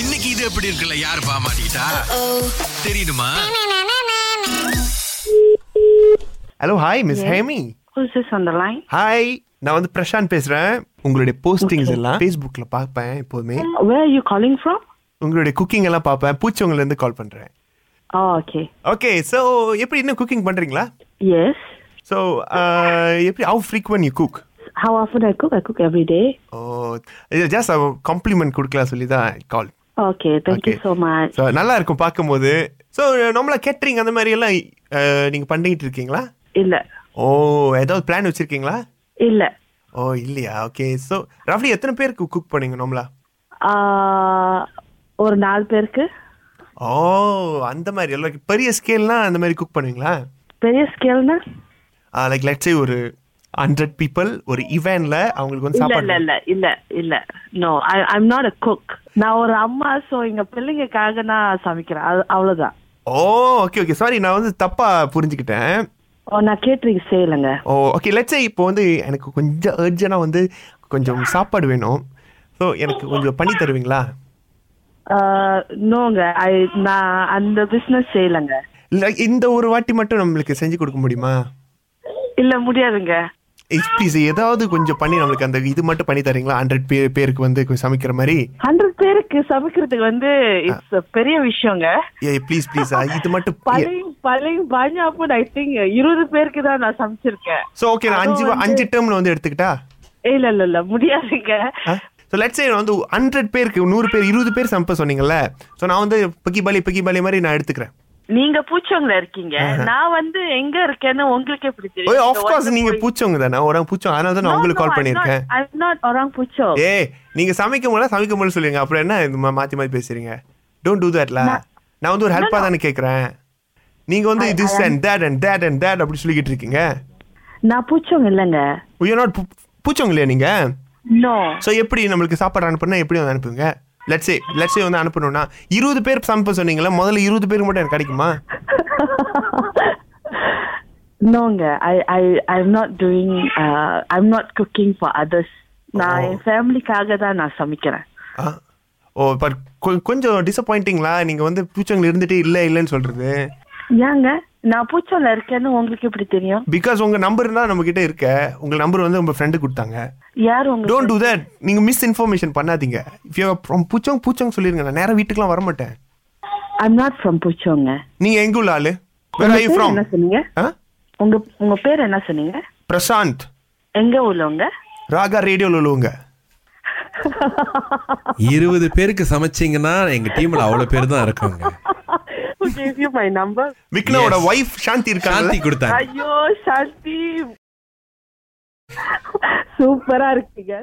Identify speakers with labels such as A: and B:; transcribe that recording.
A: இன்னைக்கு இது எப்படி இருக்குல்ல யார் பாமாட்டா தெரியுமா
B: hello hi miss Hemi
C: Who's this on the line?
B: Hi நான் வந்து பிரசாந்த் பேசுறேன் உங்களுடைய போஸ்டிங்ஸ் எல்லாம் ஃபேஸ்புக்ல பார்ப்பேன் எப்போதுமே
C: Where are you calling from?
B: உங்களுடைய குக்கிங் எல்லாம் பார்ப்பேன் பூச்சவங்கல இருந்து கால் பண்றேன்
C: Oh, okay.
B: ஓகே ஸோ எப்படி இன்னும் குக்கிங் பண்றீங்களா
C: Yes.
B: ஸோ எப்படி how frequently you cook
C: How often I cook? I cook every day.
B: Oh just compliment கொடுக்கலாம் சொல்லி தான் கால்
C: Okay, thank you so much.
B: So நல்லா இருக்கும் பார்க்கும்போது ஸோ நம்மளா கேட்ரிங் அந்த மாதிரி எல்லாம் அஹ், நீங்க பண்ணிக்கிட்டு இருக்கீங்களா
C: இல்ல
B: ஓ ஏதாவது பிளான் வச்சிருக்கீங்களா
C: இல்ல
B: ஓ இல்லையா ஓகே ஸோ ரஃப்லி எத்தனை பேருக்கு குக் பண்ணீங்க நம்மளா
C: ஆஹ், ஒரு நாலு பேருக்கு
B: ஓ அந்த மாதிரி like பெரிய ஸ்கேல்லாம் அந்த மாதிரி குக் பண்ணுவீங்களா
C: பெரிய ஸ்கேல்னா
B: லைக் லெட்ஸே ஒரு ஹண்ட்ரட் பீப்புள் ஒரு இவெண்ட்ல அவங்களுக்கு வந்து
C: இல்ல இல்ல
B: சாப்பாடு
C: இல்ல இல்ல இல்ல no I I'm not a cook நான் ஒரு அம்மா சோ எங்க பிள்ளைங்களுக்காக நான் சமைக்கிறேன் அது- அவ்வளவுதான்
B: ஓ ஓகே ஓகே சாரி நான் வந்து தப்பா புரிஞ்சுக்கிட்டேன்
C: ஓ, நான் கேட்டரிங் செய்யலைங்க
B: ஓ ஓகே லெட்ஸே இப்போ வந்து எனக்கு கொஞ்சம் அர்ஜென்ட்டாக வந்து கொஞ்சம் சாப்பாடு வேணும் ஸோ எனக்கு கொஞ்சம் பண்ணி தருவீங்களா
C: நோங்க ஐ நான் அந்த பிசினஸ் செய்யலைங்க
B: இல்லை இந்த ஒரு வாட்டி மட்டும் நம்மளுக்கு செஞ்சு கொடுக்க முடியுமா
C: இல்ல முடியாதுங்க
B: ப்ளீஸ் ஏதாவது கொஞ்சம் பண்ணி நம்மளுக்கு அந்த இது மட்டும் பண்ணி தரீங்களா ஹண்ட்ரட் பே பேருக்கு வந்து கொஞ்சம் சமைக்கிற மாதிரி
C: ஹண்ட்ரட் பேருக்கு சமைக்கிறதுக்கு வந்து இட்ஸ் பெரிய விஷயங்க
B: ஏ ப்ளீஸ் ப்ளீஸ் இது மட்டும்
C: பழைய பழைய பாஜாப்பு ஐ திங்க் இருபது பேருக்கு தான் நான் சமைச்சிருக்கேன்
B: ஸோ ஓகே நான் அஞ்சு
C: அதுவும்
B: அஞ்சு டேர்மில் வந்து எடுத்துக்கிட்டா
C: இல்ல இல்ல இல்ல முடியாதுங்க
B: ஸோ லெட்ஸ் சே வந்து ஹண்ட்ரட் பேருக்கு நூறு பேர் இருபது பேர் சமைப்ப சொன்னீங்கல்ல ஸோ நான் வந்து பிக்கி பாலி பிக்கி பாலி மாதிரி நான் எடுத்துக்கிறேன்
C: நீங்க பூச்சவங்கள இருக்கீங்க நான் வந்து எங்க இருக்கேன்னு உங்களுக்கு எப்படி
B: ஓ
C: தெரியும்
B: ஆஃப்கோர்ஸ் நீங்க பூச்சவங்க தானே ஒரு பூச்சவங்க அதனால தான் நான் உங்களுக்கு கால் பண்ணியிருக்கேன்
C: ஐ நாட் ஒராங் பூச்சோங்
B: ஏ நீங்க சமைக்க முடியல சமைக்க முடியல சொல்லுங்க அப்புறம் என்ன இது மா- மாத்தி மாத்தி பேசுறீங்க டோன்ட் டூ தட்ல நான் வந்து ஒரு ஹெல்ப்பா தானே கேக்குறேன் நீங்க வந்து this and that and that and that அப்படி சொல்லிக்கிட்டு இருக்கீங்க
C: நான் பூச்சவங்க இல்லங்க
B: யூ நாட் பூச்சவங்க இல்லையா நீங்க
C: நோ
B: ஸோ எப்படி நம்மளுக்கு சாப்பாடு அனுப்புனா எப்படி வந்து அனுப்புங்க லட்ஸே லட்ஸே வந்து அனுப்பணும்னா இருபது பேர் சமைப்ப சொன்னீங்களா முதல்ல இருபது பேருக்கு மட்டும் எனக்கு கிடைக்குமா
C: நோங்க I I I am not doing I am not cooking for others நான்
B: Oh.
C: என் ஃபேமிலிக்காக தான் நான் சமைக்கிறேன்
B: ஆ ஓ பட் கொஞ்சம் டிசப்பாயிண்டிங்களா நீங்கள் வந்து பூச்சவங்க இருந்துட்டு இல்லை இல்லைன்னு சொல்கிறது
C: ஏங்க நான் பூச்சோல இருக்கேன்னு உங்களுக்கு எப்படி தெரியும்
B: பிகாஸ் உங்கள் நம்பர் தான் நம்மக்கிட்ட இருக்க உங்கள் நம்பர் வந்து உங்கள் ஃப்ரெண்டு கொடுத்தாங்க
C: யார் உங்களுக்கு
B: டோன்ட் டூ தட் நீங்கள் மிஸ் இன்ஃபர்மேஷன் பண்ணாதீங்க இஃப் யூ பூச்சவங்க பூச்சவங்க சொல்லிருங்க நான் நேராக வீட்டுக்குலாம் வர மாட்டேன்
C: ஐம் நாட் ஃப்ரம் பூச்சோங்க
B: நீங்கள் எங்கே உள்ள ஆளு வேர் ஐ ஃப்ரம்
C: என்ன சொன்னீங்க
B: ஆ
C: உங்க உங்க பேர் என்ன சொன்னீங்க
B: பிரசாந்த்
C: எங்க உள்ளவங்க
B: ராகா ரேடியோவில் உள்ளவங்க
A: இருபது பேருக்கு சமைச்சீங்கன்னா எங்க டீம்ல அவ்வளவு பேர் தான் இருக்காங்க
C: Who gave you my number?
B: விக்னோட ஒய்ஃப் சாந்தி
A: சாந்தி
B: இருக்காங்க
A: கொடுத்தாங்க
C: ஐயோ சாந்தி சூப்பரா இருக்கீங்க